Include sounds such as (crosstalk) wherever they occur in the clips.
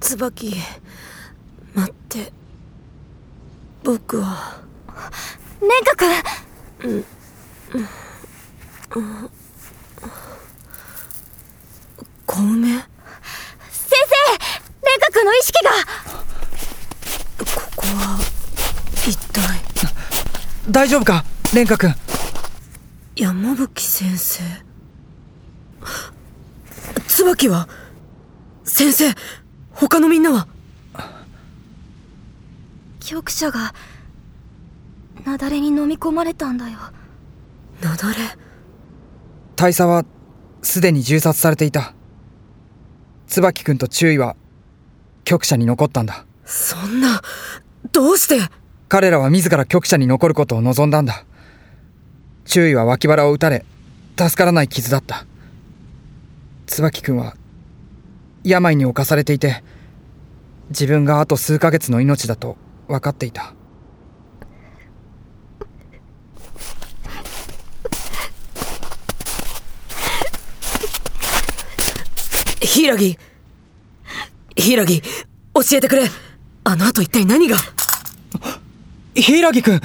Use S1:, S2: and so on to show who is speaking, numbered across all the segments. S1: 椿待って僕は
S2: 蓮く君
S1: 小梅
S2: 先生蓮く君の意識が
S1: ここは一体
S3: 大丈夫か蓮華君
S1: 山吹先生 (gasps) 椿は先生他のみんなは
S2: 局者が雪崩に飲み込まれたんだよ
S1: 雪崩
S3: 大佐はすでに銃殺されていた椿君と注意は局者に残ったんだ
S1: そんなどうして
S3: 彼らは自ら局者に残ることを望んだんだ注意は脇腹を打たれ助からない傷だった椿君は病に侵されていて自分があと数ヶ月の命だと分かっていた
S1: 柊柊教えてくれあの後一体何が
S3: 柊君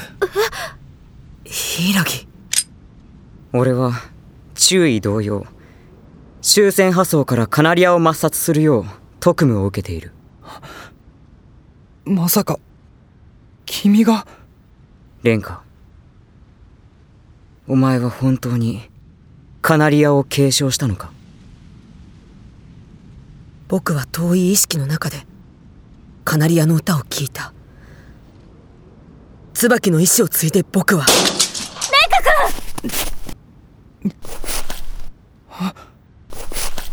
S1: 柊
S4: 俺は注意同様終戦破装からカナリアを抹殺するよう特務を受けている
S3: まさか君が
S4: レンカお前は本当にカナリアを継承したのか
S1: 僕は遠い意識の中でカナリアの歌を聴いた椿の意志を継いで僕は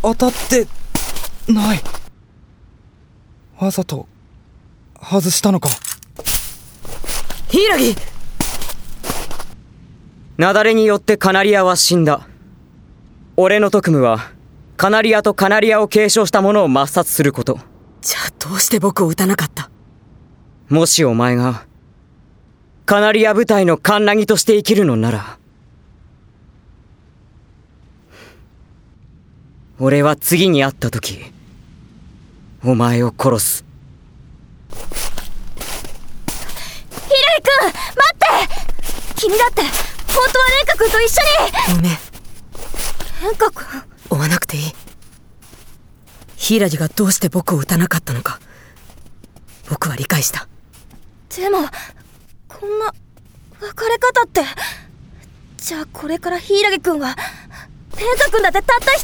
S3: 当たってないわざと外したのか
S1: 柊
S4: 雪崩によってカナリアは死んだ俺の特務はカナリアとカナリアを継承した者を抹殺すること
S1: じゃあどうして僕を撃たなかった
S4: もしお前がカナリア部隊のカンナギとして生きるのなら俺は次に会った時お前を殺す
S2: 柊君待って君だって本当は蓮く君と一緒
S1: ごめん
S2: に蓮く君
S1: 追わなくていい柊がどうして僕を撃たなかったのか僕は理解した
S2: でもこんな別れ方ってじゃあこれから柊君は蓮く君だってたった一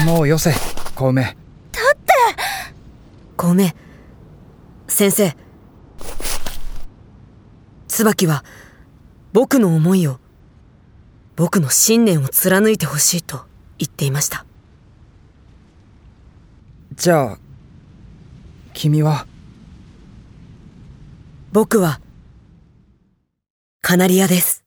S2: 人で
S3: もうよせ小梅
S1: ごめん先生椿は僕の思いを僕の信念を貫いてほしいと言っていました
S3: じゃあ君は
S1: 僕はカナリアです